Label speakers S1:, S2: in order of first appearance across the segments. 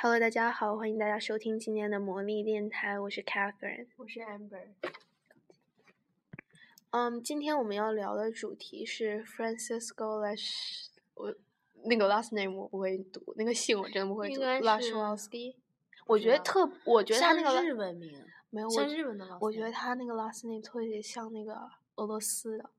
S1: Hello，大家好，欢迎大家收听今天的魔力电台，我是 Catherine。
S2: 我是 Amber。
S1: 嗯，今天我们要聊的主题是 Francisco Lash，我那个 last name 我不会读，那个姓我真的不会
S2: 应
S1: 读。
S2: 该
S1: l a
S2: 是
S1: s h w a l s k y
S2: 不
S1: 我
S2: 知
S1: 觉得
S2: 道
S1: 特，我觉得他那个
S2: 像
S1: la-
S2: 日文名，
S1: 没有，我
S2: 像
S1: 觉
S2: 日文的老师。
S1: 我觉得他那个 last name 特别像那个俄罗斯的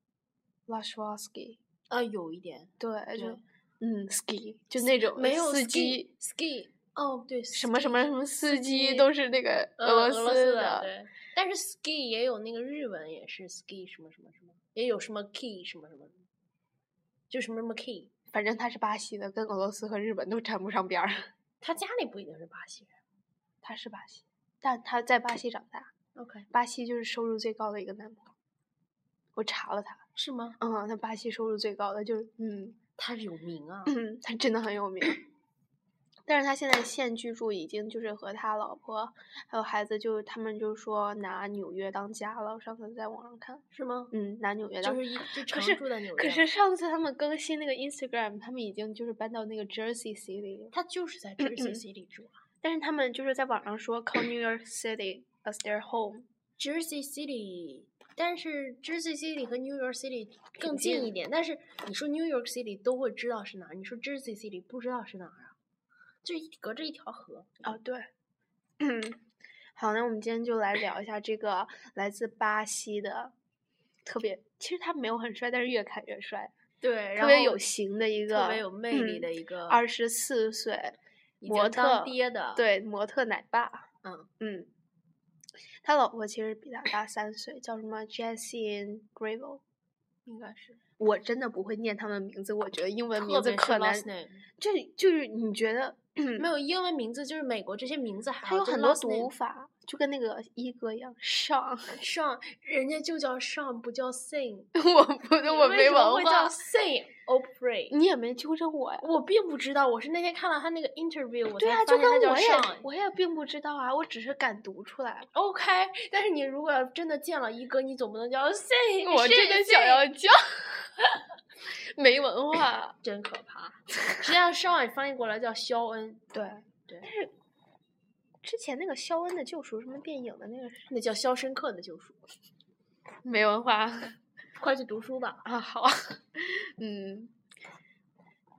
S1: l a s h w a l s k y
S2: 啊有一点，
S1: 对，就
S2: 对
S1: 嗯，ski 就那种
S2: 没有
S1: 司
S2: ski-
S1: 机
S2: ski 哦对，
S1: 什么什么什么司机
S2: 机
S1: 都是那个
S2: 呃
S1: 俄
S2: 俄
S1: 罗
S2: 斯
S1: 的，
S2: 对。但是 ski 也有那个日文也是 ski 什么什么什么，也有什么 key 什么什么什么，就什么什么 key。
S1: 反正他是巴西的，跟俄罗斯和日本都沾不上边儿。
S2: 他家里不一定是巴西人。
S1: 他是巴西，但他在巴西长大，
S2: OK，
S1: 巴西就是收入最高的一个男朋友。我查了他，
S2: 是吗？
S1: 嗯，他巴西收入最高的就是，嗯，
S2: 他有名啊。
S1: 嗯，他真的很有名。 但是他现在现居住已经就是和他老婆还有孩子就，他们就说拿纽约当家了。我上次在网上看，
S2: 是吗？
S1: 嗯，拿纽约当。
S2: 就是一就
S1: 可
S2: 常
S1: 是
S2: 住在纽约。
S1: 可是上次他们更新那个 Instagram，他们已经就是搬到那个 Jersey City 了，
S2: 他就是在 Jersey City 住啊。
S1: 但是他们就是在网上说 call New York City as their home。
S2: Jersey City，但是 Jersey City 和 New York City 更
S1: 近
S2: 近一点。但是你说 New York City 都会知道是哪儿，你说 Jersey City 不知道是哪儿啊？就一隔着一条河。
S1: 啊，对，好，那我们今天就来聊一下这个来自巴西的，特别，其实他没有很帅，但是越看越帅，
S2: 对，
S1: 特别有型的一个，
S2: 特别有魅力
S1: 嗯
S2: 的一个
S1: 二十四岁
S2: 已
S1: 模
S2: 经当
S1: 特
S2: 爹的，，
S1: 对模特奶爸，
S2: 嗯
S1: 嗯，他老婆其实比他大三岁，叫什么 Jessie Gravel。
S2: 应该是
S1: 我真的不会念他们名字，我觉得英文名
S2: 特
S1: 字
S2: 别
S1: 可
S2: 是
S1: 难
S2: last，name，
S1: 就就是你觉得
S2: 没有英文名字，就是美国这些名嗯字还
S1: 他
S2: 好
S1: 有
S2: 哦就
S1: 很多
S2: last
S1: 读
S2: name
S1: 法，就跟那个一哥一样，上
S2: 上，人家就叫上，不叫 sing。
S1: 我不，我
S2: 为
S1: 没
S2: 什么
S1: 文
S2: 会叫
S1: 化，
S2: sing Oprah。
S1: 你也没纠正我呀。
S2: 我并不知道，我是那天看了他那个 interview，我
S1: 对啊，就
S2: 才发现他
S1: 跟
S2: 叫哎
S1: 我也
S2: Sean。
S1: 我也并不知道啊，我只是敢读出来。
S2: OK，但是你如果要真的见了一哥，你总不能叫 C，
S1: 我真的想要叫， 没文化。
S2: 真可怕。实际上，Sean 翻译过来叫肖恩，
S1: 对
S2: 对
S1: 但是之前那个肖恩的救赎什么电影的那个是
S2: 那叫《肖申克的救赎》。
S1: 没文化
S2: 快去读书吧。
S1: 啊，好， 嗯，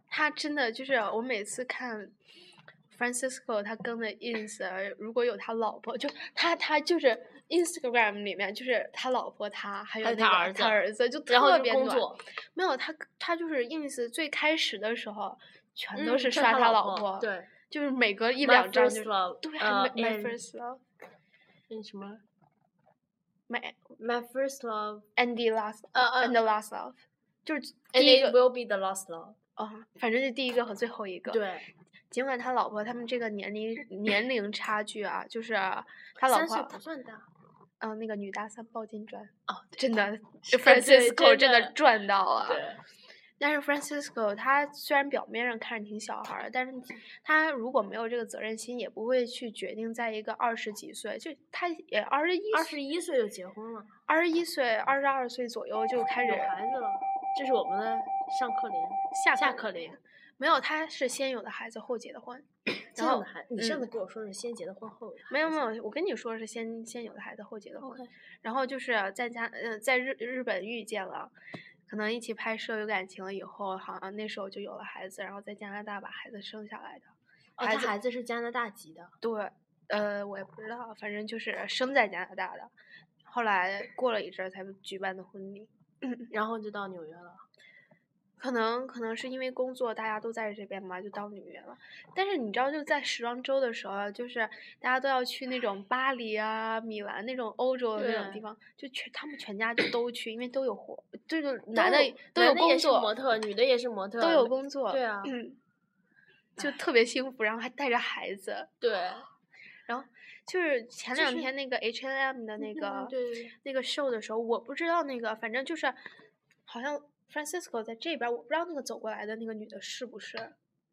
S1: 他真的就是我每次看。Francisco 他跟的 ins，啊如果有他老婆，就他他就是 Instagram 里面就是他老婆他还有
S2: 还
S1: 那
S2: 有
S1: 个
S2: 他儿子
S1: 儿子就
S2: 然后
S1: 特
S2: 就
S1: 别
S2: 工
S1: 暖，
S2: 作，
S1: 没有他他就是 ins 最开始的时候全都
S2: 嗯
S1: 是
S2: 这
S1: 刷
S2: 他
S1: 他
S2: 老
S1: 婆，，
S2: 对，
S1: 就是每隔一
S2: My
S1: 两张
S2: first
S1: 就是
S2: love，
S1: 对
S2: 呃
S1: 啊、m y
S2: and-
S1: first love
S2: 那什么
S1: my
S2: ，My first love，
S1: and the last
S2: 呃
S1: and
S2: 呃
S1: the last love 就是
S2: ，And
S1: 第一
S2: it
S1: 个
S2: will be the last love。
S1: 啊、反正是第一个和最后一个。，
S2: 对，
S1: 尽管他老婆他们这个年龄年龄差距啊，就是他老
S2: 三岁不
S1: 婆
S2: 算大。
S1: 嗯、那个女大三抱金砖，
S2: 哦，对
S1: 真的
S2: 对
S1: ，Francisco
S2: 真
S1: 真的
S2: 的
S1: 赚到了。
S2: 对，
S1: 但是 Francisco 他虽然表面上看着挺小孩儿，但是他如果没有这个责任心，也不会去决定在一个二十几岁，就他也二十一、
S2: 二十一岁就结婚了，
S1: 二十一岁、二十二岁左右就开始
S2: 有孩子了。这是我们的上课铃。
S1: 下
S2: 下
S1: 课
S2: 课
S1: 铃
S2: 铃。
S1: 没有，他是先有的孩子后结的婚，
S2: 这
S1: 然
S2: 样
S1: 后
S2: 的孩，你上
S1: 嗯
S2: 次跟我说是先结的婚后有的
S1: 没
S2: 孩
S1: 有
S2: 子
S1: 没有，我跟你说是先先有的孩子后结的婚，
S2: ，OK，
S1: 然后就是在家呃在日日本遇见了，可能一起拍摄有感情了以后，好像那时候就有了孩子，然后在加拿大把孩子生下来的。
S2: 哦，
S1: 孩
S2: 他
S1: 子
S2: 孩子是加拿大籍的，
S1: 对，呃，我也不知道，反正就是生在加拿大的，后来过了一阵儿才举办的婚礼。
S2: 然后就到纽约了。
S1: 可能可能是因为工作，大家都在这边嘛，就到纽约了。但是你知道，就在时装周的时候啊，就是大家都要去那种巴黎啊、米兰那种欧洲的那种地
S2: 对
S1: 方，就全他们全家就都去，因为都有活，这个男的都
S2: 男
S1: 有
S2: 的
S1: 工
S2: 也是模
S1: 作，
S2: 特，女的也是模特，
S1: 都有工作，嗯
S2: 对啊，
S1: 就特别幸福，然后还带着孩子。
S2: 对，
S1: 嗯就是前
S2: 就
S1: 两
S2: 是
S1: 天那个 H and M 的那
S2: 嗯
S1: 个、
S2: 对对对
S1: 那个 show 的时候，我不知道那个，反正就是好像 Francisco 在这边儿，我不知道那个走过来的那个女的是不是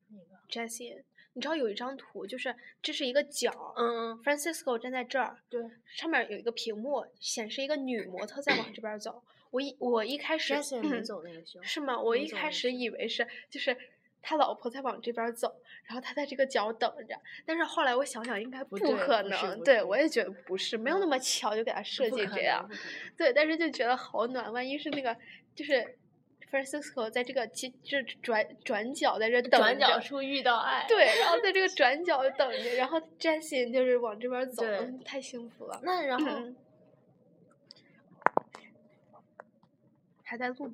S2: 那个，
S1: Jessie。你知道有一张图，就是这是一个角、
S2: 嗯嗯，
S1: f r a n c i s c o 站在这儿，
S2: 对
S1: 上面有一个屏幕显示一个女模特在往这边儿走。我一我一开始
S2: ，Jason 没
S1: 嗯
S2: 走那个秀，
S1: 是吗？我
S2: 没
S1: 一
S2: 走
S1: 开
S2: 那
S1: 始
S2: 秀
S1: 以为是就是他老婆在往这边走，然后他在这个角等着。但是后来我想想，应该
S2: 不
S1: 不
S2: 对
S1: 可
S2: 不是
S1: 能，
S2: 不
S1: 对
S2: 对
S1: 我也觉得不是，没有那
S2: 嗯
S1: 么巧就给他设
S2: 不
S1: 计
S2: 可
S1: 这
S2: 能
S1: 样。
S2: 不可能
S1: 对，但是就觉得好暖。万一是那个，就是 Francisco 在这个其这转转角在这等
S2: 转角
S1: 着，
S2: 处遇到爱，
S1: 对，然后在这个转角等着，然后 Jessie 就是往这边走，
S2: 对
S1: 嗯太幸福了。
S2: 那然后、
S1: 嗯 还在录吗？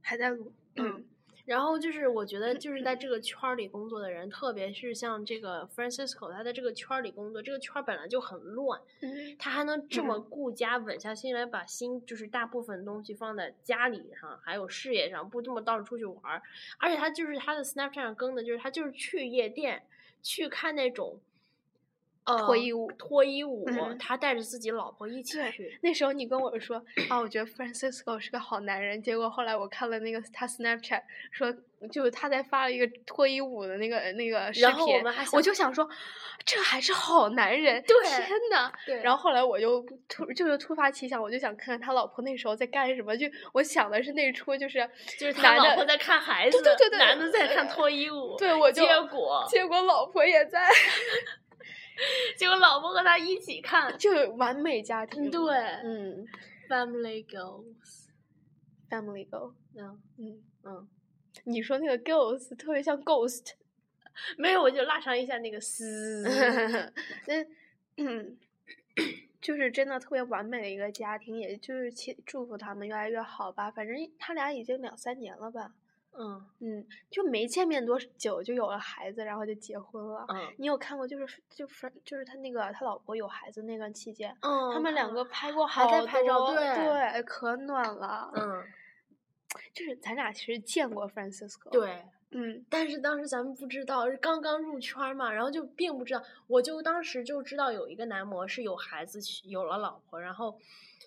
S1: 还在录。嗯，
S2: 然后就是我觉得就是在这个圈儿里工作的人，特别是像这个 Francisco，他在这个圈儿里工作，这个圈儿本来就很乱，
S1: 嗯
S2: 他还能这么顾家稳下心来，把心就是大部分东西放在家里上，还有事业上，不这么到处出去玩儿。而且他就是他的 Snapchat 上更的就是他就是去夜店，去看那种。呃，
S1: 脱衣舞
S2: 脱衣舞，
S1: 嗯
S2: 他带着自己老婆一起
S1: 对
S2: 去，
S1: 那时候你跟我说啊，我觉得 Francisco 是个好男人。结果后来我看了那个他 Snapchat，说就是他在发了一个脱衣舞的那个那个视频，
S2: 然后我们还
S1: 我
S2: 想
S1: 就想说，这还是好男人，
S2: 对
S1: 天呐。
S2: 对
S1: 然后后来我就突就是突发奇想，我就想看看他老婆那时候在干什么。就我想的是那出就是
S2: 就是他
S1: 男
S2: 老
S1: 的
S2: 婆在看孩子，
S1: 对对对对
S2: 男的在看脱衣舞，
S1: 对我就
S2: 结果
S1: 结果老婆也 在，
S2: 结果老婆和他一起看，
S1: 就完美家庭。
S2: 嗯对
S1: 嗯
S2: ，Family Goals，
S1: ，Family Go，
S2: 嗯
S1: 嗯，
S2: 嗯，
S1: 你说那个 Girls 特别像 Ghost，
S2: 没有我就拉长一下那 个丝，
S1: 那 嗯，就是真的特别完美的一个家庭，也就是期祝福他们越来越好吧。反正他俩已经两三年了吧，
S2: 嗯
S1: 嗯，就没见面多久就有了孩子，然后就结婚了。
S2: 嗯
S1: 你有看过就是就 Fran 就是他那个他老婆有孩子那段期间，
S2: 嗯，
S1: 他们两个哦拍过好
S2: 还
S1: 多，
S2: 在拍照对
S1: 对，可暖了。
S2: 嗯
S1: 就是咱俩其实见过 Francisco，，
S2: 对，
S1: 嗯
S2: 但是当时咱们不知道，是刚刚入圈儿嘛，然后就并不知道，我就当时就知道有一个男模是有孩子去，有了老婆，然后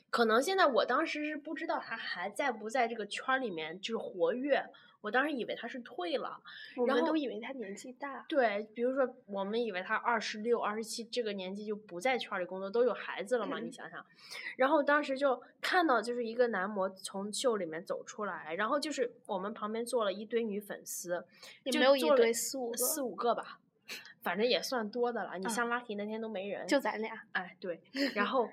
S2: 可能现在我当时是不知道他还在不在这个圈儿里面就是活跃，我当时以为他是退了。
S1: 我
S2: 然
S1: 们
S2: 后
S1: 都以为他年纪大，
S2: 对，比如说我们以为他二十六、二十七这个年纪就不在圈儿里工作，都有孩子了嘛，你
S1: 嗯
S2: 想想。然后当时就看到就是一个男模从秀里面走出来，然后就是我们旁边坐了一堆女粉丝，
S1: 也
S2: 就
S1: 没有一
S2: 坐了
S1: 堆四五个，
S2: 四五个吧，反正也算多的了。你
S1: 啊
S2: 像拉提那天都没人，
S1: 就咱俩。
S2: 哎对，然后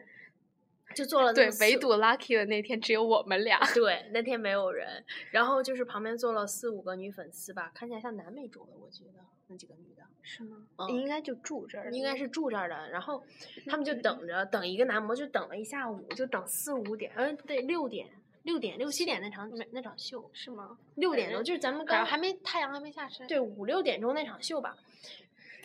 S2: 就坐了 那
S1: 对
S2: 么，
S1: 唯
S2: 四
S1: 独 Lucky 的那天只有我们俩。
S2: 对那天没有人，然后就是旁边坐了四五个女粉丝吧，看起来像南美洲的，我觉得那几个女的。
S1: 是吗？
S2: 嗯
S1: 应该就住这儿了，
S2: 应该是住这儿的，然后他们就等着等一个男模，就等了一下午，就等四五点，嗯，不对，六点，六点六七点那场那场秀，
S1: 是吗？
S2: 六
S1: 反
S2: 点
S1: 正
S2: 钟就是咱们
S1: 反嗯
S2: 刚
S1: 正还没太阳还没下山。
S2: 对五六点钟那场秀吧，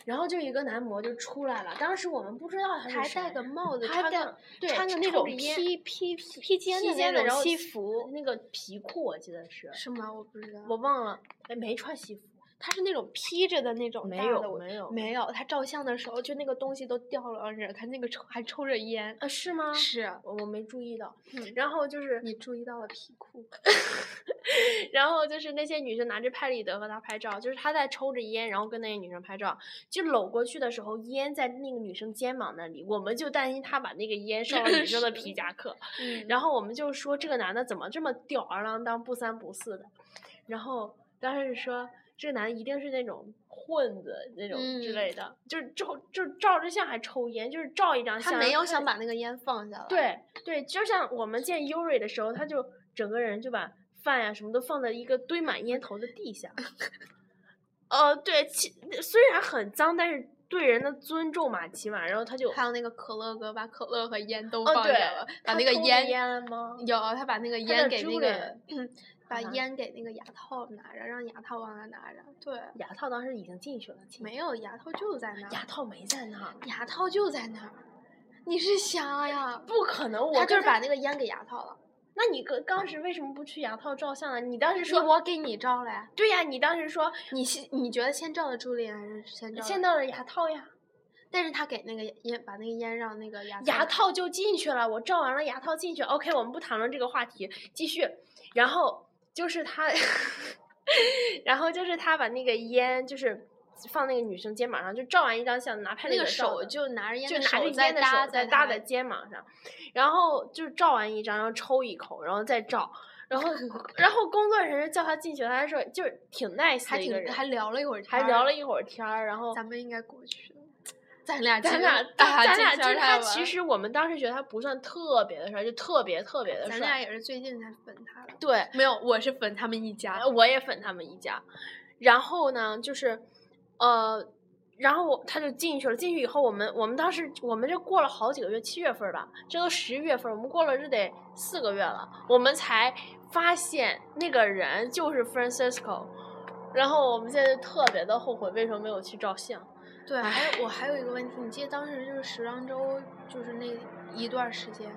S2: 然后就一个男模就出来了，当时我们不知道他
S1: 他还
S2: 是
S1: 戴
S2: 谁
S1: 个帽子，
S2: 他还
S1: 穿
S2: 戴
S1: 个
S2: 对
S1: 穿个
S2: 抽
S1: 那种
S2: 着烟
S1: 披披披肩
S2: 披
S1: 的
S2: 肩的，
S1: 那
S2: 然
S1: 种
S2: 后
S1: 西服，
S2: 那个皮裤我记得是，
S1: 是吗？我不知道，
S2: 我忘了，哎，没穿西服，
S1: 他是那种披着的那种
S2: 没
S1: 大的，
S2: 有
S1: 我
S2: 没有，
S1: 没有。他照相的时候就那个东西都掉了着，他那个抽还抽着烟。
S2: 啊是吗？
S1: 是，
S2: 我我没注意到，
S1: 嗯
S2: 然后就是
S1: 你注意到了皮裤？
S2: 然后就是那些女生拿着拍立得和他拍照，就是他在抽着烟，然后跟那些女生拍照，就搂过去的时候，烟在那个女生肩膀那里，我们就担心他把那个烟上了女生的皮夹克，
S1: 嗯
S2: 然后我们就说这个男的怎么这么吊儿郎当、不三不四的，然后当时说。这个男的一定是那种混子那种之
S1: 嗯
S2: 类的，就是照就是照着相还抽烟，就是照一张相。
S1: 他没有
S2: 看
S1: 想把那个烟放下来。，
S2: 对对，就像我们见 Yuri 的时候，他就整个人就把饭呀、什么都放在一个堆满烟头的地 下。呃，对，其虽然很脏，但是对人的尊重嘛，起码。然后他就
S1: 还有那个可乐哥把可乐和烟都
S2: 哦
S1: 放下
S2: 对
S1: 了，把
S2: 他
S1: 那个
S2: 抽着
S1: 烟
S2: 烟吗
S1: 有，他把那个
S2: 他
S1: 烟
S2: 的
S1: 给那
S2: 猪
S1: 个
S2: 脸，
S1: 把
S2: 啊
S1: 烟给那个牙套拿着，让牙套往那拿着。对，
S2: 牙套当时已经进去了，亲
S1: 没有牙套就在那儿，
S2: 牙套没在那儿，
S1: 牙套就在那儿，你是瞎呀？
S2: 不可能。我
S1: 他就
S2: 跟
S1: 是把那个烟给牙套了。
S2: 那你刚当时为什么不去牙套照相啊？你当时
S1: 你
S2: 说
S1: 我给你照嘞，
S2: 对呀、你当时说
S1: 你先你觉得先照的朱莉还是先照？
S2: 先，到了牙套呀。
S1: 但是他给那个烟把那个烟让那个牙
S2: 牙
S1: 套
S2: 套就进去了，我照完了牙套进去。OK，我们不谈论这个话题，继续。然后就是他， 然后就是他把那个烟就是放那个女生肩膀上，就照完一张相，拿拍
S1: 那
S2: 立
S1: 个
S2: 得照
S1: 手
S2: 的
S1: 就拿着烟
S2: 就
S1: 的
S2: 拿着
S1: 手在
S2: 烟的手
S1: 搭
S2: 在
S1: 在
S2: 搭
S1: 他
S2: 在肩膀上，然后就是照完一张，然后抽一口，然后再照。然 后然后工作人员叫他进去，他说就是挺 nice
S1: 还
S2: 的一个
S1: 挺
S2: 人，
S1: 还聊了一会儿，
S2: 还聊了。一会儿天儿，然后
S1: 咱们应该过去的，咱俩
S2: 咱
S1: 进
S2: 俩
S1: 啊
S2: 咱
S1: 进
S2: 俩
S1: 圈
S2: 就
S1: 儿
S2: 是他，
S1: 吧
S2: 其实我们当时觉得他不算特别的帅，就特别特别的
S1: 咱俩
S2: 帅。
S1: 也是最近才粉他的。
S2: 对，
S1: 没有，我是粉他们一家。
S2: 哎我也粉他们一家。然后呢，就是呃，然后我他就进去了。进去以后，我们我们当时我们这过了好几个月，七月份儿吧，这都十一月份儿，我们过了这得四个月了，我们才发现那个人就是 Francisco。然后我们现在就特别的后悔，为什么没有去照相？
S1: 对，还有我还有一个问题，你记得当时就是时装周，就是那一段儿时间，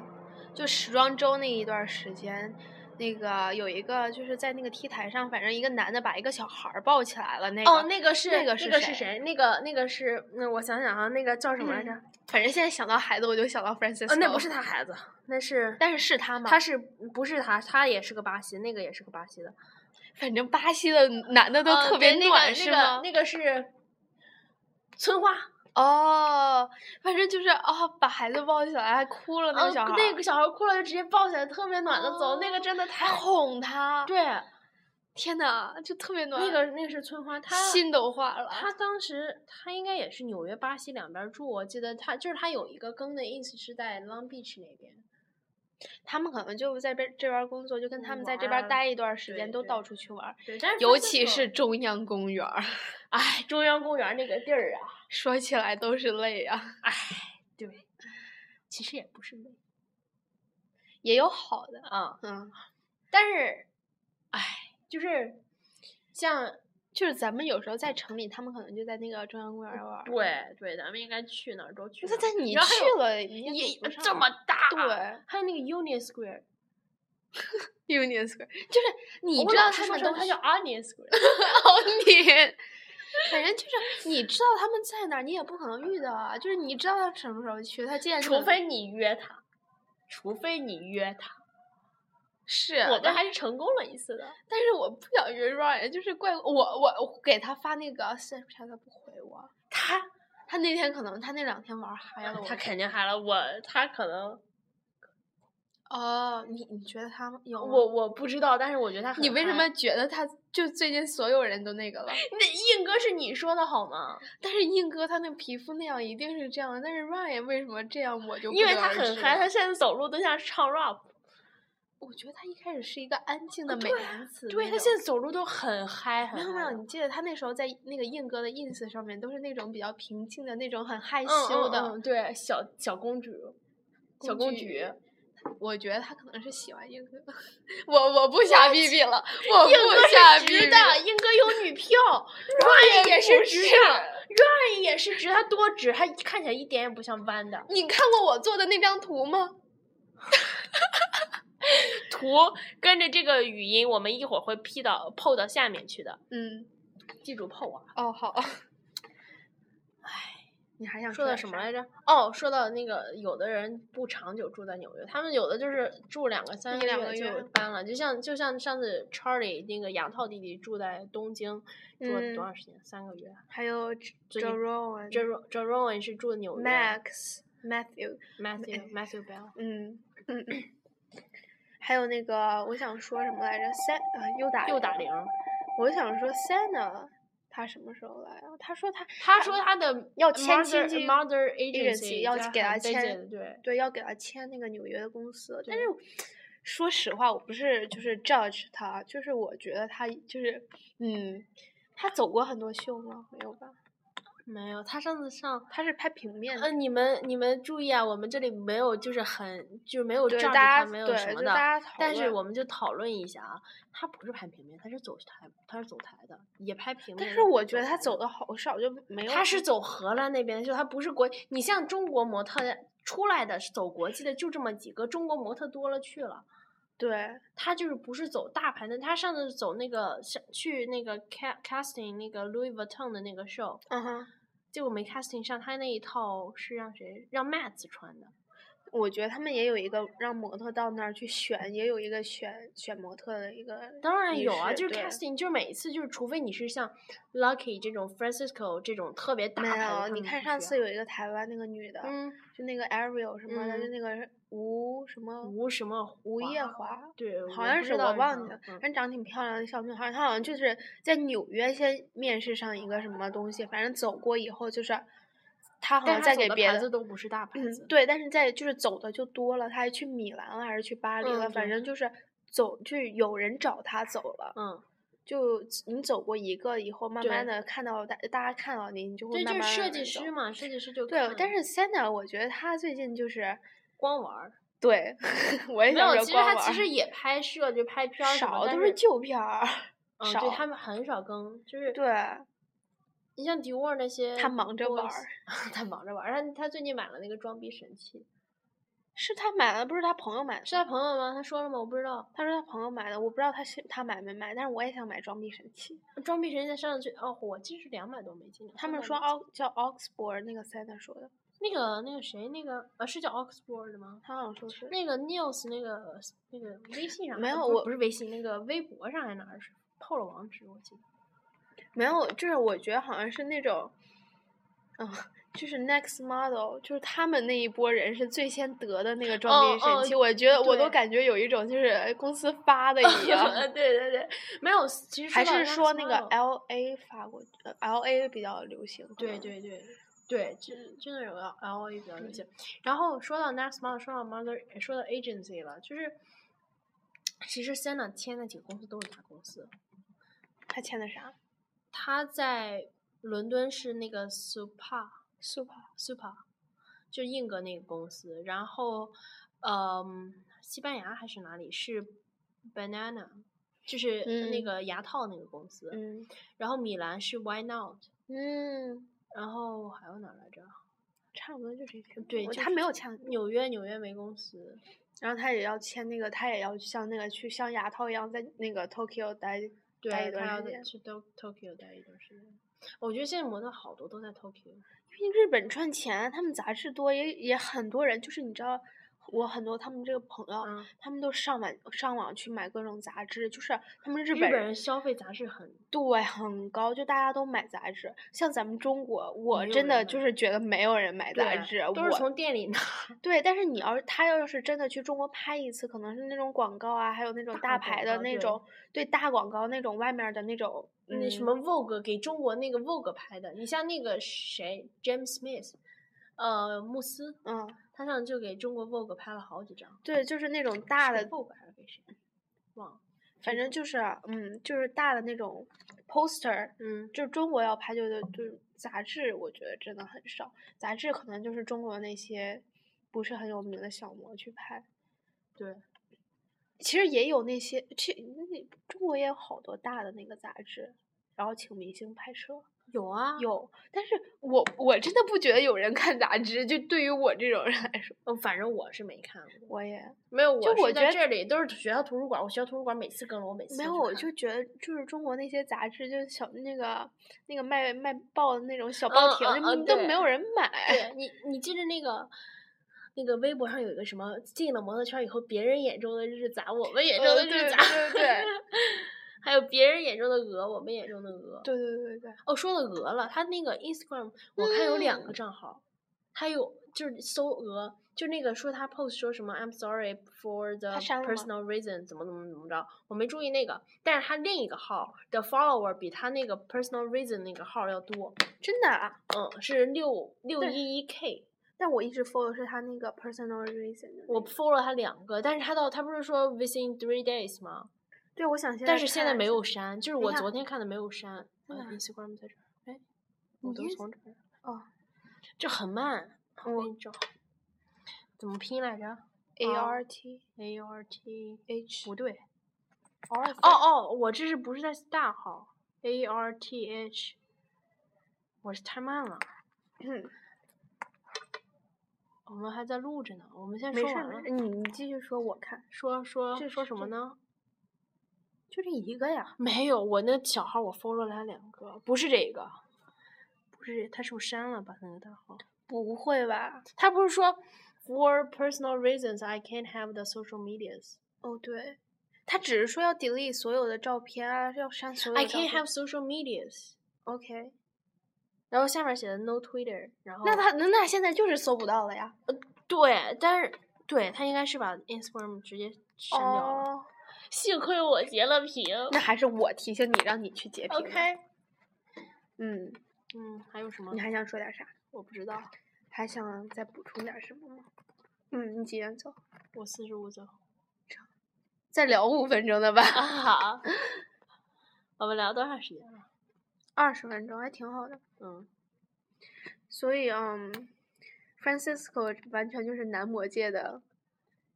S1: 就时装周那一段儿时间，那个有一个就是 在那个 T 台上，反正一个男的把一个小孩儿抱起来了，那个、
S2: 哦，那个是
S1: 那
S2: 个
S1: 个
S2: 是
S1: 是
S2: 是
S1: 谁
S2: 谁？那个那个是，那我想想啊，那个叫什么来着？
S1: 嗯反正现在想到孩子，我就想到 Francis、
S2: 啊，那不是，他孩子，那是，
S1: 但是是他吗？
S2: 他是不是他？他也是个巴西，那个也是个巴西的，
S1: 反正巴西的男的都
S2: 呃
S1: 特别
S2: 对
S1: 暖，
S2: 那
S1: 是
S2: 个那个
S1: 吗？
S2: 那个是村花，
S1: 哦，反正就是哦，把孩子抱起来还哭哦了那
S2: 嗯
S1: 个小孩儿，
S2: 那个小孩哭了就直接抱起来，特别暖的走，那个
S1: 哦
S2: 真的太
S1: 还哄他，，
S2: 对，
S1: 天呐，就特别暖，
S2: 那个那个是村花，他
S1: 心都化了。
S2: 他当时他应该也是纽约、巴西两边儿住，我记得他就是他有一个更的 ins 是在 Long Beach 那边。
S1: 他们可能就在这这边儿工作，就跟他们在这边
S2: 玩
S1: 儿
S2: 儿
S1: 待一段儿时
S2: 对
S1: 间，都
S2: 对
S1: 到处去玩儿。
S2: 对，但是
S1: 尤
S2: Francisco-
S1: 其是中央公园儿，
S2: 哎，中央公园那个地儿啊，
S1: 说起来都是累啊，
S2: 对，其实也不是美
S1: 也有好的，
S2: 啊，
S1: 嗯，
S2: 但是，哎，就是像
S1: 就是咱们有时候在城里，他们可能就在那个中央公园儿玩儿。
S2: 对对，咱们应该去哪儿都去
S1: 不是，
S2: 哪儿。
S1: 但你
S2: 然后还有
S1: 去了，你也
S2: 也
S1: 比不
S2: 这
S1: 上
S2: 么大，，
S1: 对
S2: 还有那个 Union Square，
S1: ，Union Square，就是你
S2: 我
S1: 知
S2: 老
S1: 道
S2: 是
S1: 他
S2: 说
S1: 们
S2: 成
S1: 都
S2: 它
S1: 是
S2: 叫 Union Square，
S1: 你，反正就是你知道他们在哪儿，你也不可能遇到啊。就是你知道他什么时候去，他见
S2: 除非你约他，除非你约他，
S1: 是
S2: 我们
S1: 但
S2: 还是成功了一次的。
S1: 但是我不想约 Ryan，就是怪我我我给他发那个 Snapchat，他不回我。
S2: 他
S1: 他那天可能他那两天玩嗨了我，
S2: 哎啊他肯定还了我，他可能
S1: 哦，你你觉得他有吗
S2: 我我不知道，但是我觉得他很
S1: 嗯你为什
S2: 嗨
S1: 么觉得他就最近所有人都那个了？
S2: 那硬哥是你说的好吗？
S1: 但是硬哥他那皮肤那样一定是这样的，但是 Ryan 为什么这样我就不
S2: 因为
S1: 得
S2: 他
S1: 而
S2: 很
S1: 知
S2: 嗨，
S1: 了
S2: 他现在走路都像是唱 rap，
S1: 我觉得他一开始是一个安静的美
S2: 对啊
S1: 男子那种，
S2: 对他现在走路都很嗨，
S1: 没有
S2: 很
S1: 没
S2: 嗨
S1: 有，
S2: 的
S1: 你记得他那时候在那个硬哥的 ins 上面都是那种比较平静的那种很害
S2: 嗯
S1: 羞
S2: 嗯
S1: 的，
S2: 嗯对，小小公主，小公举，
S1: 我觉得他可能是喜欢硬哥， 我我不瞎逼逼了，我
S2: 硬
S1: 不瞎
S2: 哥是
S1: 逼
S2: 直
S1: 逼
S2: 的，硬哥有女票 ，Ryan 也是直的，Ryan 也是直，他多直，他看起来一点也不像弯的。
S1: 你看过我做的那张图吗？
S2: 图跟着这个语音，我们一会儿会 P 到 PO 到下面去的，
S1: 嗯，
S2: 记住 PO 啊。
S1: 哦好。唉，你还想
S2: 说到
S1: 点
S2: 什么
S1: 啥
S2: 来着？哦，说到那个，有的人不长久住在纽约，他们有的就是住两个三
S1: 一两
S2: 个
S1: 个
S2: 月
S1: 月
S2: 就搬了，就像就像上次 Charlie 那个杨涛弟弟住在东京，住了多
S1: 嗯
S2: 长时间？三个月。
S1: 还有
S2: 最近
S1: Jerome、
S2: j e r o j e r o m 是住纽约
S1: Max、Matthew，
S2: Matthew Matthew Bell
S1: 嗯嗯，嗯还有那个我想说什么来着？三啊又打
S2: 又
S1: 铃
S2: 打铃儿。
S1: 我想说 Sana，他什么时候来啊？他说他
S2: 他说他的
S1: 要签经
S2: mother-
S1: 纪
S2: mother agency
S1: agency，要
S2: 加
S1: 给他
S2: hand
S1: 签
S2: agent，对，
S1: 对要给他签那个纽约的公司，但
S2: 对
S1: 是 说实话，我不是就是 judge 他，就是我觉得他就是嗯，他走过很多秀吗？没有吧？
S2: 没有，他上次上。
S1: 他是拍平面
S2: 嗯、
S1: 的，
S2: 你们你们注意啊，我们这里没有就是很就是没有
S1: 对
S2: 这样
S1: 大家
S2: 没有
S1: 对
S2: 什么
S1: 就
S2: 的，
S1: 大家讨
S2: 但是
S1: 论
S2: 我们就讨论一下啊，他不是拍平面，他是走台，他是走台的，也拍平面的。
S1: 但是我觉得他
S2: 台
S1: 走
S2: 的，
S1: 的好少，就没有
S2: 他是走荷兰那边的，就他不是国。你像中国模特出来的是走国际的，就这么几个，中国模特多了去了。
S1: 对
S2: 他就是不是走大牌的，他上次走那个上去那个 ca- casting 那个 Louis Vuitton 的那个 show，
S1: 嗯哼。
S2: 结果没 casting 上，他那一套是让谁让 Matt 穿的。
S1: 我觉得他们也有一个让模特到那儿去选，也有一个选选模特的一个。
S2: 当然有啊，
S1: 是
S2: 就是
S1: 对
S2: casting，就是每一次就是，除非你是像 Lucky 这种 Francisco 这种特别大
S1: 没
S2: 牌的，他
S1: 有，
S2: 们
S1: 你
S2: 不
S1: 看
S2: 需
S1: 上
S2: 要
S1: 次有一个台湾那个女的，
S2: 嗯，
S1: 就那个 Ariel 什么的，就
S2: 嗯
S1: 那个吴什么
S2: 吴什么
S1: 吴
S2: 华
S1: 夜华，
S2: 对，我
S1: 好像
S2: 不
S1: 是
S2: 知道
S1: 我
S2: 是
S1: 忘
S2: 啥
S1: 记了，
S2: 嗯
S1: 反正长挺漂亮的小女孩儿，她好像就是在纽约先面试上一个什么东西，反正走过以后就是，她好
S2: 但
S1: 像
S2: 他
S1: 在
S2: 走
S1: 给
S2: 的
S1: 别
S2: 牌子都不是大牌子
S1: 嗯，，对，但是在就是走的就多了，她还去米兰了，还是去巴黎
S2: 嗯
S1: 了，反
S2: 对
S1: 正就是走，就是有人找她走了，
S2: 嗯，
S1: 就你走过一个以后，慢慢
S2: 对
S1: 的看到大大家看到你，你就会
S2: 对，就
S1: 慢
S2: 是
S1: 慢地有
S2: 设计
S1: 人走
S2: 师嘛，设计师就
S1: 对，但
S2: 看
S1: 是 Santa 我觉得她最近就是
S2: 嗯光玩儿
S1: 对， 我也
S2: 没
S1: 想
S2: 有，
S1: 说
S2: 其实
S1: 光
S2: 他
S1: 玩
S2: 其
S1: 儿
S2: 实也拍摄，就拍片儿什么
S1: 少
S2: 但
S1: 都
S2: 是
S1: 是旧片儿，
S2: 嗯，对
S1: 少
S2: 他们很少更，就是
S1: 对，
S2: 你像迪沃那些 boys，
S1: 他忙着玩儿
S2: 他忙着玩儿，他他最近买了那个装逼神器，
S1: 是他买的，不是他朋友买的。
S2: 是他朋友吗？他说了吗？我不知道，
S1: 他说他朋友买的，我不知道他是他买没买，但是我也想买装逼神器。
S2: 装逼神器在上去哦，我记得是两百多美金，两
S1: 他
S2: 三
S1: 们
S2: 百
S1: 说
S2: 美金
S1: 奥叫 Oxford 那个 Santa 说的，
S2: 那个那个谁那个呃是叫 Oxford 吗？
S1: 他好像说是
S2: 那个 News 那个那个微信上
S1: 没
S2: 呃
S1: 有
S2: 不是
S1: 我
S2: 不是微信那个微博上还哪儿是透了网址我记得。
S1: 没有，就是我觉得好像是那种，嗯，就是 Next Model，就是他们那一波人是最先得的那个装
S2: 哦
S1: 逼神
S2: 哦
S1: 器。我觉得我都
S2: 对
S1: 感觉有一种就是哎公司发的一 样。
S2: 呃对对对，没有，其实
S1: 啊还
S2: 到
S1: 是
S2: Next
S1: 说那个
S2: Model-
S1: L A 法国呃 L A 比较流行？
S2: 对。对对对，真真的有 L L A 比较流行。然后说到 Next Month，说到 Mother，说到 Agency 了，就是其实 Senna 签的几个公司都是大公司，
S1: 他签的啥
S2: 他在伦敦是那个 Super
S1: ？Super
S2: Super，就硬哥那个公司，然后嗯，西班牙还是哪里是 Banana，就是那
S1: 嗯
S2: 个牙套那个公司，
S1: 嗯
S2: 然后米兰是 Why Not，
S1: 嗯，然
S2: 然
S1: 后
S2: 后还有哪儿来着？
S1: 差不多就这些。
S2: 对
S1: 我
S2: 就
S1: 他
S2: 是
S1: 没有签，
S2: 纽约纽约没公司。
S1: 然后他也要签那个，他也要像那个去像牙套一样在那个 Tokyo 待
S2: 对，
S1: 待一
S2: 他
S1: 段
S2: 要
S1: 时
S2: 在
S1: 间。
S2: 去 To Tokyo 待一段时间。我觉得现在模特好多都在 Tokyo。
S1: 因为日本赚钱，他们杂志多，也也很多人就是你知道，我很多他们这个朋友，
S2: 嗯，
S1: 他们都上网上网去买各种杂志，就是他们日
S2: 日本
S1: 本
S2: 人消费杂志很，
S1: 对，很高，就大家都买杂志。像咱们中国，我
S2: 没有
S1: 真
S2: 人
S1: 的
S2: 买
S1: 就是觉得没有人买杂
S2: 对啊
S1: 志，
S2: 都是
S1: 我
S2: 从店里拿。
S1: 对。但是你要是他要是真的去中国拍一次，可能是那种广告啊，还有那种
S2: 大
S1: 大牌
S2: 广
S1: 的
S2: 告
S1: 那
S2: 对
S1: 种，对大广告那种外面儿的那种，
S2: 那
S1: 嗯，
S2: 什么 Vogue 给中国那个 Vogue 拍的，你像那个谁 James Smith，呃，慕斯，
S1: 嗯，
S2: 他上就给中国 Vogue 拍了好几张。
S1: 对，就是那种大
S2: 是
S1: 的
S2: 给，Vogue 还是给谁？忘了。
S1: 反正就是嗯，就是大的那种 poster，
S2: 嗯，
S1: 就是中国要拍就就就是杂志，我觉得真的很少，杂志可能就是中国那些不是很有名的小模去拍。
S2: 对，
S1: 其实也有那些，其那中国也有好多大的那个杂志，然后请明星拍摄，
S2: 有啊，
S1: 有。但是我我真的不觉得有人看杂志，就对于我这种人来说，
S2: 呃，反正我是没看过。
S1: 我也
S2: 没有，
S1: 就
S2: 我
S1: 我
S2: 是
S1: 觉
S2: 在
S1: 得
S2: 这里都是学校图书馆，我学校图书馆每次跟了我每次
S1: 没
S2: 都
S1: 有。
S2: 去
S1: 我
S2: 看
S1: 就觉得就是中国那些杂志，就是小那个那个卖卖报的那种小报
S2: 嗯
S1: 亭，
S2: 嗯
S1: 就
S2: 嗯
S1: 都
S2: 对
S1: 没有人买。
S2: 对你，你记着那个那个微博上有一个什么进了模特圈以后，别人眼中的日杂，我们眼中
S1: 呃
S2: 的
S1: 对
S2: 日杂，
S1: 对对
S2: 还有别人眼中的鹅，我们眼中的鹅。
S1: 对对对对，
S2: 哦，说到鹅了，他那个 Instagram 我看有两个
S1: 嗯
S2: 账号，他有就是搜鹅，就那个说他 post 说什么 I'm sorry for the
S1: 删了吗
S2: personal reason 怎么怎么怎么着，我没注意那个，但是他另一个号的 follower 比他那个 personal reason 那个号要多，
S1: 真的啊！
S2: 嗯，是六六
S1: 对
S2: 一一 k。
S1: 但我一直 follow 是他那个 personal reason 的那
S2: 我
S1: 个
S2: follow 了他两个，但是他到他不是说 within three days 吗？
S1: 对我想现在，
S2: 但是现在没有。删，就是
S1: 你
S2: 我
S1: 看
S2: 昨天看的没有删。
S1: 在
S2: 呃
S1: 哪儿
S2: Instagram 在这儿，哎，我
S1: 你
S2: 都
S1: ins-
S2: 从这儿，
S1: 哦
S2: 这很慢。我
S1: 我
S2: 给你找，怎么拼来着
S1: ，A
S2: 啊
S1: R T
S2: ？A R T
S1: H
S2: 不对，
S1: R
S2: 哦哦，我这是不是在大号？A R T H，我是太慢了，
S1: 嗯，
S2: 我们还在录着呢，我们先
S1: 没
S2: 说
S1: 事
S2: 完
S1: 儿啊
S2: 了
S1: 没事，儿，你你继续说，我看
S2: 说说
S1: 这
S2: 说
S1: 是
S2: 什么
S1: 这
S2: 呢？
S1: 就这一个呀，
S2: 没有，我那小号我 follow 了他两个，不是这个，不是这他是不是删了把那个大号？
S1: 不会吧？
S2: 他不是说 for personal reasons I can't have the social medias.
S1: 哦，对，他只是说要 delete 所有的照片啊，要删所有的
S2: I
S1: 照
S2: can't
S1: 片。
S2: have social medias.
S1: OK，
S2: 然后下面写的 no Twitter，然后
S1: 那他那那现在就是搜不到了呀。
S2: 对，但是对他应该是把 Instagram 直接删掉了。
S1: 哦，
S2: 幸亏我截了屏。
S1: 那还是我提醒你，让你去截屏。
S2: OK。
S1: 嗯，
S2: 嗯，还有什么
S1: 你？还想说点啥？
S2: 我不知道。
S1: 还想再补充点什么吗？嗯，你几点走？
S2: 我四十五走。
S1: 再聊五分钟的吧，
S2: 啊好。我们聊多长时间了？
S1: 二十分钟还挺好的。
S2: 嗯，
S1: 所以，嗯，Francisco 完全就是男模界的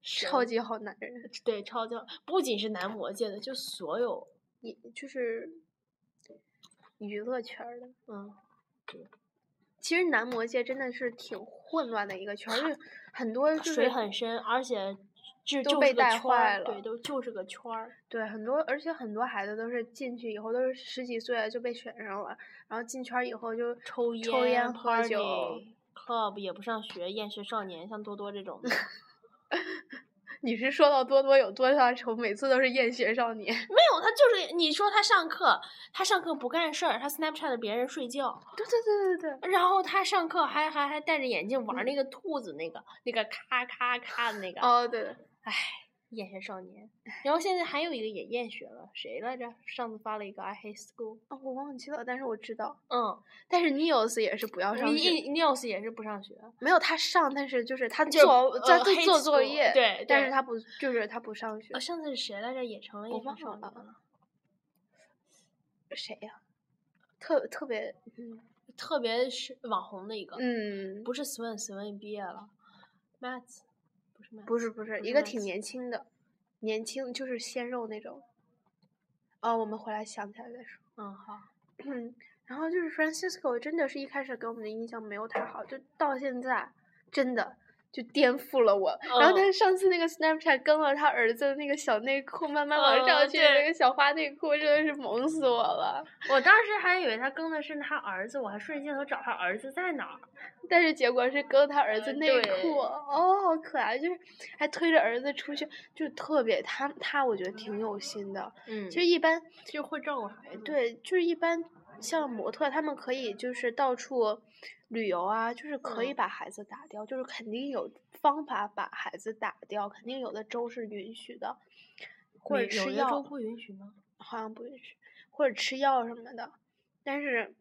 S1: 超
S2: 神
S1: 级好男人，
S2: 对超级好，不仅是男模界的，就所有
S1: 也就是娱乐圈儿的。
S2: 嗯
S1: 其实男模界真的是挺混乱的一个圈儿，因为很多就是
S2: 水很深，而且这
S1: 都
S2: 就
S1: 被
S2: 是个
S1: 带
S2: 圈
S1: 坏
S2: 儿，
S1: 了
S2: 对，都就是个圈儿。
S1: 对，很多，而且很多孩子都是进去以后都是十几岁就被选上了，然后进圈儿以后就
S2: 抽烟、
S1: 抽烟喝
S2: party
S1: 酒。
S2: club 也不上学，厌学少年，像多多这种的
S1: 你是说到多多有多大仇？每次都是厌学少 年。
S2: 没有，他就是你说他上课，他上课不干事儿，他 Snapchat 的别人睡觉，
S1: 对对对对对，
S2: 然后他上课还还还戴着眼镜玩那个兔子那个、那个咔咔咔的那个，
S1: 哦对对，
S2: 唉，厌学少年。然后现在还有一个也厌学了，谁来着？上次发了一个 I hate school，
S1: 哦我忘记了，但是我知道。
S2: 嗯，
S1: 但是 Niels 也是不要上学，
S2: 你 News 也是不上学，
S1: 没有他上，但是就是他
S2: 就
S1: 做
S2: 呃
S1: 他做
S2: hate
S1: 做作
S2: school，
S1: 业，
S2: 对
S1: 但
S2: 对
S1: 是他不就是他不上学
S2: 啊，，上次是谁来着？也成了啊
S1: 我
S2: 厌
S1: 忘
S2: 学少
S1: 了
S2: 年了，
S1: 谁呀、特特别嗯
S2: 特别是网红的一个，
S1: 嗯，
S2: 不是 Swan Swan 毕业了，Matt 不是 Matt，
S1: 不是不是
S2: 不
S1: 一
S2: 是
S1: 个
S2: 麦
S1: 挺
S2: 子
S1: 年轻的，年轻就是鲜肉那种。哦，我们回来想起来再说。
S2: 嗯好，
S1: 嗯，然后就是 Francisco 真的是一开始给我们的印象没有太好，就到现在真的就颠覆了我。然后
S2: 嗯
S1: 他上次那个 Snapchat 跟了他儿子的那个小内裤，慢慢往上
S2: 嗯
S1: 去的那
S2: 对
S1: 个小花内裤，真的是萌死我了。
S2: 我当时还以为他更的是他儿子，我还顺着镜头找他儿子在哪儿。
S1: 但是结果是跟他儿子
S2: 嗯
S1: 内
S2: 对
S1: 裤，哦，好可爱，就是还推着儿子出去，就特别他他我觉得挺有心的。
S2: 嗯
S1: 其实一般
S2: 就会照顾孩子。，
S1: 对，就是一般像模特，他们可以就是到处旅游啊，就是可以
S2: 嗯
S1: 把孩子打掉，就是肯定有方法把孩子打掉，肯定有的州是允许的，或者
S2: 有
S1: 吃
S2: 约州
S1: 药
S2: 不允许吗？
S1: 好像不允许，或者吃药什么的，但是。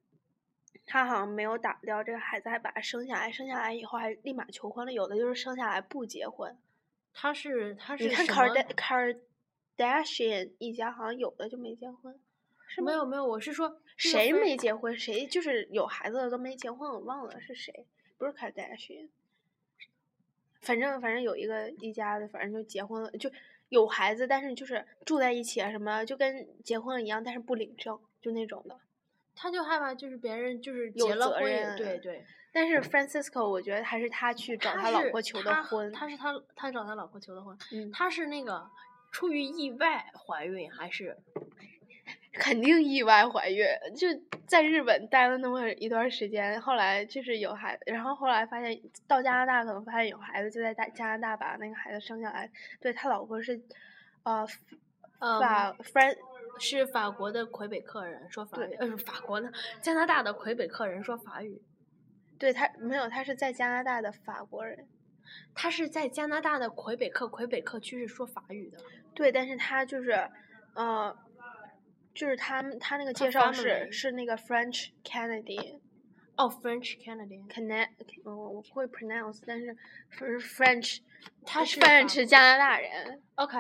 S1: 他好像没有打掉这个孩子，还把他生下来，生下来以后还立马求婚了。有的就是生下来不结婚。
S2: 他是他是
S1: 你看
S2: 什
S1: Karda-
S2: 么？
S1: Kardashian 一家好像有的就没结婚，是吗
S2: 没有没有，我是说这个
S1: 谁
S2: 分
S1: 没结婚？谁就是有孩子的都没结婚，我忘了是谁，不是凯戴珊。反正反正有一个一家子，反正就结婚了，就有孩子，但是就是住在一起啊，什么就跟结婚了一样，但是不领证，就那种的。
S2: 他就害怕就是别人就是
S1: 有
S2: 结了
S1: 责
S2: 婚也，
S1: 任
S2: 对对，
S1: 但是 Francisco，我觉得还是他去找他老
S2: 是
S1: 婆求
S2: 嗯他
S1: 的婚，
S2: 他是他他找他老婆求的婚，
S1: 嗯，
S2: 他是那个出于意外怀孕还是
S1: 肯定意外怀孕，就在日本待了那么一段时间，后来就是有孩子，然后后来发现到加拿大可能发现有孩子，就在大加拿大把那个孩子生下来。对他老婆是，呃，
S2: 呃
S1: 法 Fran
S2: 是法国的魁北克人说法
S1: 对
S2: 语，呃，法国的加拿大的魁北克人说法语，
S1: 对他没有，他是在加拿大的法国人，
S2: 他是在加拿大的魁北克，魁北克区是说法语的。
S1: 对，但是他就是，呃，就是他们他那个
S2: 他
S1: 介绍
S2: family
S1: 是是那个 French Canadian。
S2: 哦，French Canadian，
S1: Cana，我我不会 pronounce，但是是 French，
S2: 他是法
S1: French 加拿大人，
S2: OK，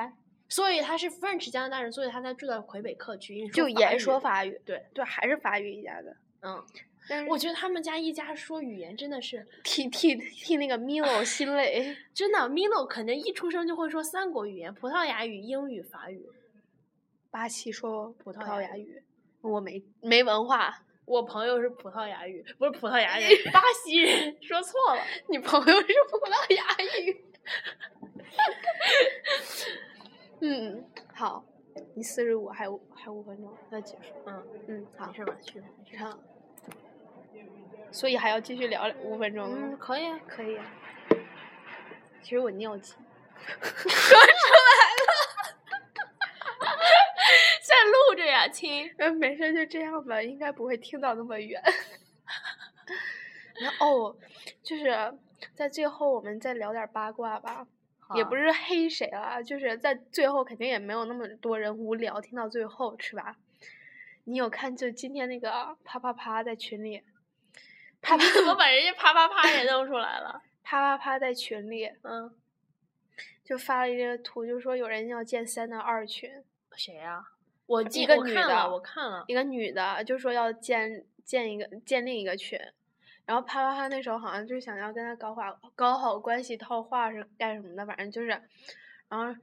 S2: 所以他是 French 加拿大人，所以他才住在魁北克区，因为
S1: 就也说
S2: 法
S1: 法语，
S2: 对
S1: 对，还是法语一家的。
S2: 语。嗯，
S1: 但是
S2: 我觉得他们家一家说语言真的是
S1: 替替替那个 Milo 心累，
S2: 真的，Milo 肯定一出生就会说三国语言：葡萄牙语、英语、法语。
S1: 巴西说葡
S2: 萄
S1: 萄
S2: 牙
S1: 牙语，我没没文化。
S2: 我朋友是葡萄牙语，不是葡 萄牙人，巴西人，说错了。
S1: 你朋友是葡萄牙语？ 嗯，好，你四十五还有还有五分钟要结束。
S2: 嗯，
S1: 嗯，好
S2: 没，事吧？去吧。没事
S1: 好。所以还要继续聊五分钟吗？
S2: 嗯，可以啊。
S1: 可以啊。嗯其实我尿急，
S2: 现在录着呀，亲。
S1: 嗯，没事，就这样吧，应该不会听到那么远。 然后哦，就是在最后我们再聊点儿八卦吧，也不
S2: 是，
S1: 是黑谁啊，就是在最后肯定也没有那么多人无聊听到最后是吧？你有看就今天那个啪啪啪在群里，啪啪
S2: 怎么把人家啪啪啪也弄出来了？
S1: 啪啪啪在群里
S2: 嗯，
S1: 就发了一个图，就说有人要建三的二群，
S2: 谁呀、我记
S1: 一个
S2: 我
S1: 女
S2: 看
S1: 的
S2: 了，我看了。
S1: 一个女的就说要建建一个建另一个群，然后啪啪啪那时候好像就是想要跟他搞好搞好关系套话是干什么的，反正就是，然后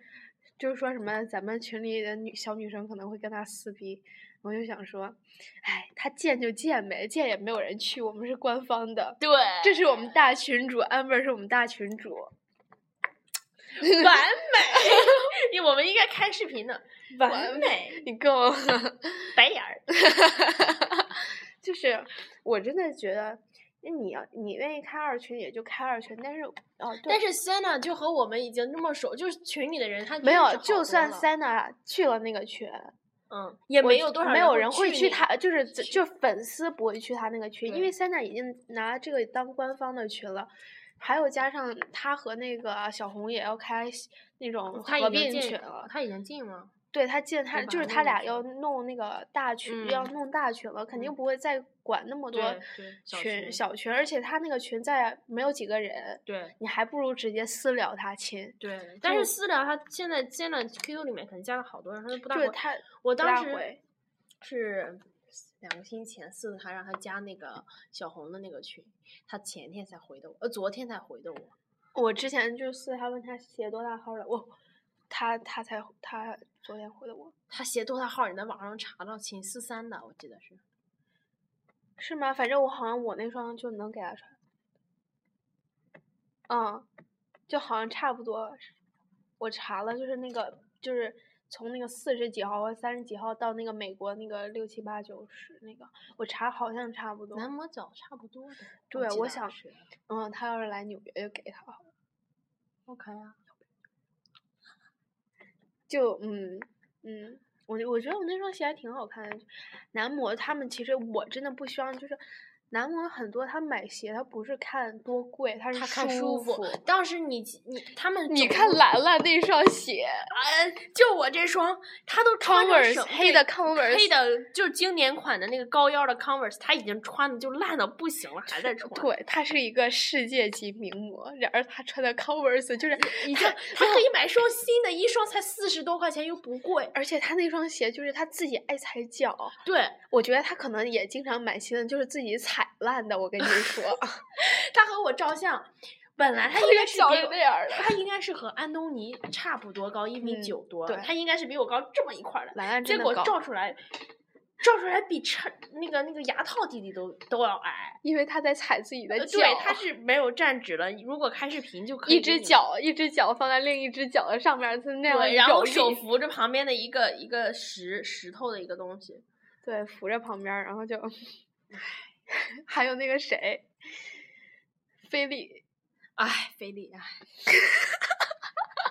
S1: 就是说什么咱们群里的女小女生可能会跟他撕逼，我就想说，哎，他建就建呗，建也没有人去，我们是官方的，
S2: 对，
S1: 这是我们大群主，amber 是我们大群主，
S2: 完 美。我们应该开视频呢，完
S1: 完，
S2: 美
S1: 你够。
S2: 白眼儿。
S1: 就是我真的觉得，那你要你愿意开二群也就开二群，但是哦，对
S2: 但是 Senna 就和我们已经那么熟，就是群里的人，他
S1: 没
S2: 真
S1: 有
S2: 是，好
S1: 就
S2: 多
S1: 算
S2: 了，
S1: Sana 去了那个群，
S2: 嗯，也
S1: 我
S2: 没
S1: 觉
S2: 有多少
S1: 没有人
S2: 会
S1: 会去
S2: 那
S1: 他，就是就粉丝不会去他那个群，因为
S2: 对
S1: Sana 已经拿这个当官方的群了。还有加上他和那个小红也要开那种
S2: 嗯他
S1: 合
S2: 已经
S1: 并
S2: 进
S1: 群了，
S2: 他已经进了。
S1: 对他进他
S2: 把
S1: 就是
S2: 那
S1: 他
S2: 个
S1: 俩
S2: 群
S1: 要弄那个大群，要
S2: 嗯
S1: 弄大群了，肯定
S2: 嗯
S1: 不会再管那么多
S2: 对对 小
S1: 群
S2: 群
S1: 小群，而且他那个群在没有几个人，
S2: 对
S1: 你还不如直接私聊他亲，
S2: 对，但
S1: 就是
S2: 私聊他现在现在 QQ 里面可能加了好多人，他都不大
S1: 就是
S2: 回。
S1: 他不
S2: 我
S1: 大
S2: 当时
S1: 回。
S2: 是两个星期前四他让他加那个小红的那个群，他前天才回的我，呃，昨天才回的我。
S1: 我之前就是他问他写多大号了，我他他才他昨天回的我，
S2: 他写多大号？你在网上查到秦四三的，我记得是。
S1: 是吗？反正我好像我那双就能给他穿，嗯，就好像差不多。我查了，就是那个就是从那个四十几号或三十几号到那个美国那个六七八九十那个，我查好像差不多。
S2: 男模角差不多的。
S1: 对
S2: 记
S1: 我
S2: 得
S1: 想
S2: 是。
S1: 嗯，他要是来纽约就给他好了。
S2: OK 啊，
S1: 就嗯嗯，我我觉得我那双鞋还挺好看的。男模他们其实我真的不希望，就是男模很多他买鞋他不是看多贵，他是
S2: 他看舒
S1: 服。
S2: 服。当时你你他们
S1: 你
S2: 走
S1: 看
S2: 路
S1: 兰兰那双鞋
S2: 哎，就我这双，他都穿着什
S1: ，Converse 黑的 Converse，
S2: 黑的，就是经典款的那个高腰的 Converse，他已经穿的就烂到不行了，还在 穿。，
S1: 对，她是一个世界级名模，然而她穿的 Converse 就是
S2: 你
S1: 她
S2: 看，他可 以买双新的，一双才四十多块钱，又不贵。
S1: 而且她那双鞋就是她自己爱踩脚，
S2: 对
S1: 我觉得她可能也经常买新的，就是自己踩烂的。我跟你说，
S2: 他和我照相，本来
S1: 她
S2: 他应
S1: 那
S2: 该
S1: 个
S2: 是
S1: 脚
S2: 比
S1: 是
S2: 我
S1: 那样儿的。
S2: 他应该是和安东尼差不多高，一米
S1: 嗯
S2: 九多，
S1: 对
S2: 他应该是比我高这么一块儿的。
S1: 兰兰
S2: 结
S1: 真
S2: 果
S1: 的高，
S2: 照出来，照出来比衬那个那个牙套弟弟都都要矮。
S1: 因为她在踩自己的
S2: 呃
S1: 脚，
S2: 对，他是没有站直了。如果开视频就可以
S1: 一
S2: 给
S1: 只
S2: 你们
S1: 脚一只脚放在另一只脚的上面儿，是那样
S2: 对，然
S1: 有
S2: 后
S1: 力
S2: 手扶着旁边的一个一个石石头的一个东西，
S1: 对扶着旁边儿，然后就， 还有那个谁，菲利。
S2: 哎，菲 利，哎，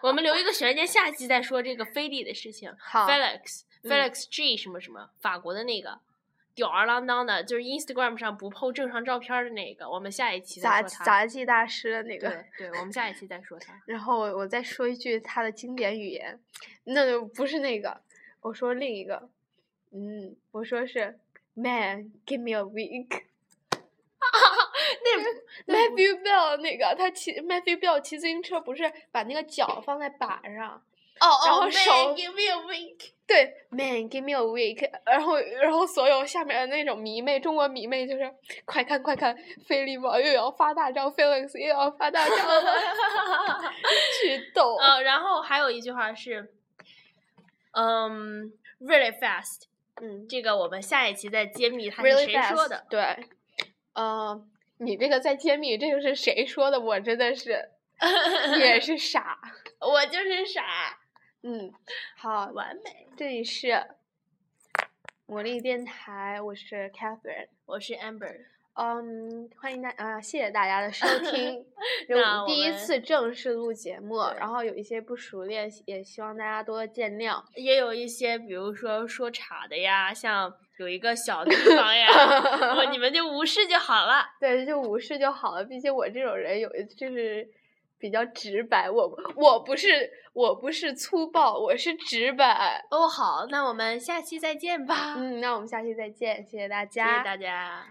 S2: 我们留一个悬念，下期再说这个菲利的事情。
S1: 好
S2: Felix
S1: 嗯
S2: Felix G 什么什么，法国的那个吊儿郎当的，就是 Instagram 上不 po 正常照片儿的那个，我们下一期
S1: 杂
S2: 再说他。
S1: 杂技大师的那个，
S2: 对对，我们下一期再 说他。
S1: 然后我我再说一句他的经典语言，那就不是那个，我说另一个，嗯，我说是 Man give me a week。
S2: 那
S1: Matthew Bell 那个他骑 Matthew Bell 骑自行车不是把那个脚放在板上，
S2: 哦哦
S1: 然后
S2: ，man，
S1: 手
S2: give me a wink。
S1: 对 Man give me a week，然后然后所有下面的那种迷妹，中国迷妹就是快看快看，菲利王又要发大招，Felix 又要发 大招了，巨逗。
S2: 呃，然后还有一句话是，嗯，really fast，
S1: 嗯，
S2: 这个我们下一期再揭秘他是
S1: really
S2: 谁说的。
S1: fast，对，呃，你这个在揭秘，这个是谁说的？我真的 是也是傻。
S2: 我就是傻，
S1: 嗯，好，
S2: 完美。
S1: 这里是魔力电台，我是 Catherine。
S2: 我是 Amber，
S1: 嗯，欢迎大啊、谢谢大家的收 听，这
S2: 那
S1: 我们
S2: 我
S1: 第一
S2: 们
S1: 次正式录节目，
S2: 对
S1: 然后有一些不熟练，也希望大家多多见谅。
S2: 也有一些，比如说说岔的呀，像有一个小地方 呀，我你们就无视就好了。
S1: 对，就无视就好了。毕竟我这种人有就是比较直白，我我不是我不是粗暴，我是直白。
S2: 哦，好，那我们下期再见吧，
S1: 嗯，那我们下期再见，谢谢大
S2: 谢
S1: 家，
S2: 谢大家。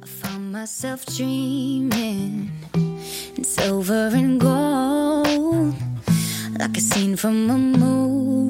S3: I found myself dreaming. in silver and gold, like a scene from a movie.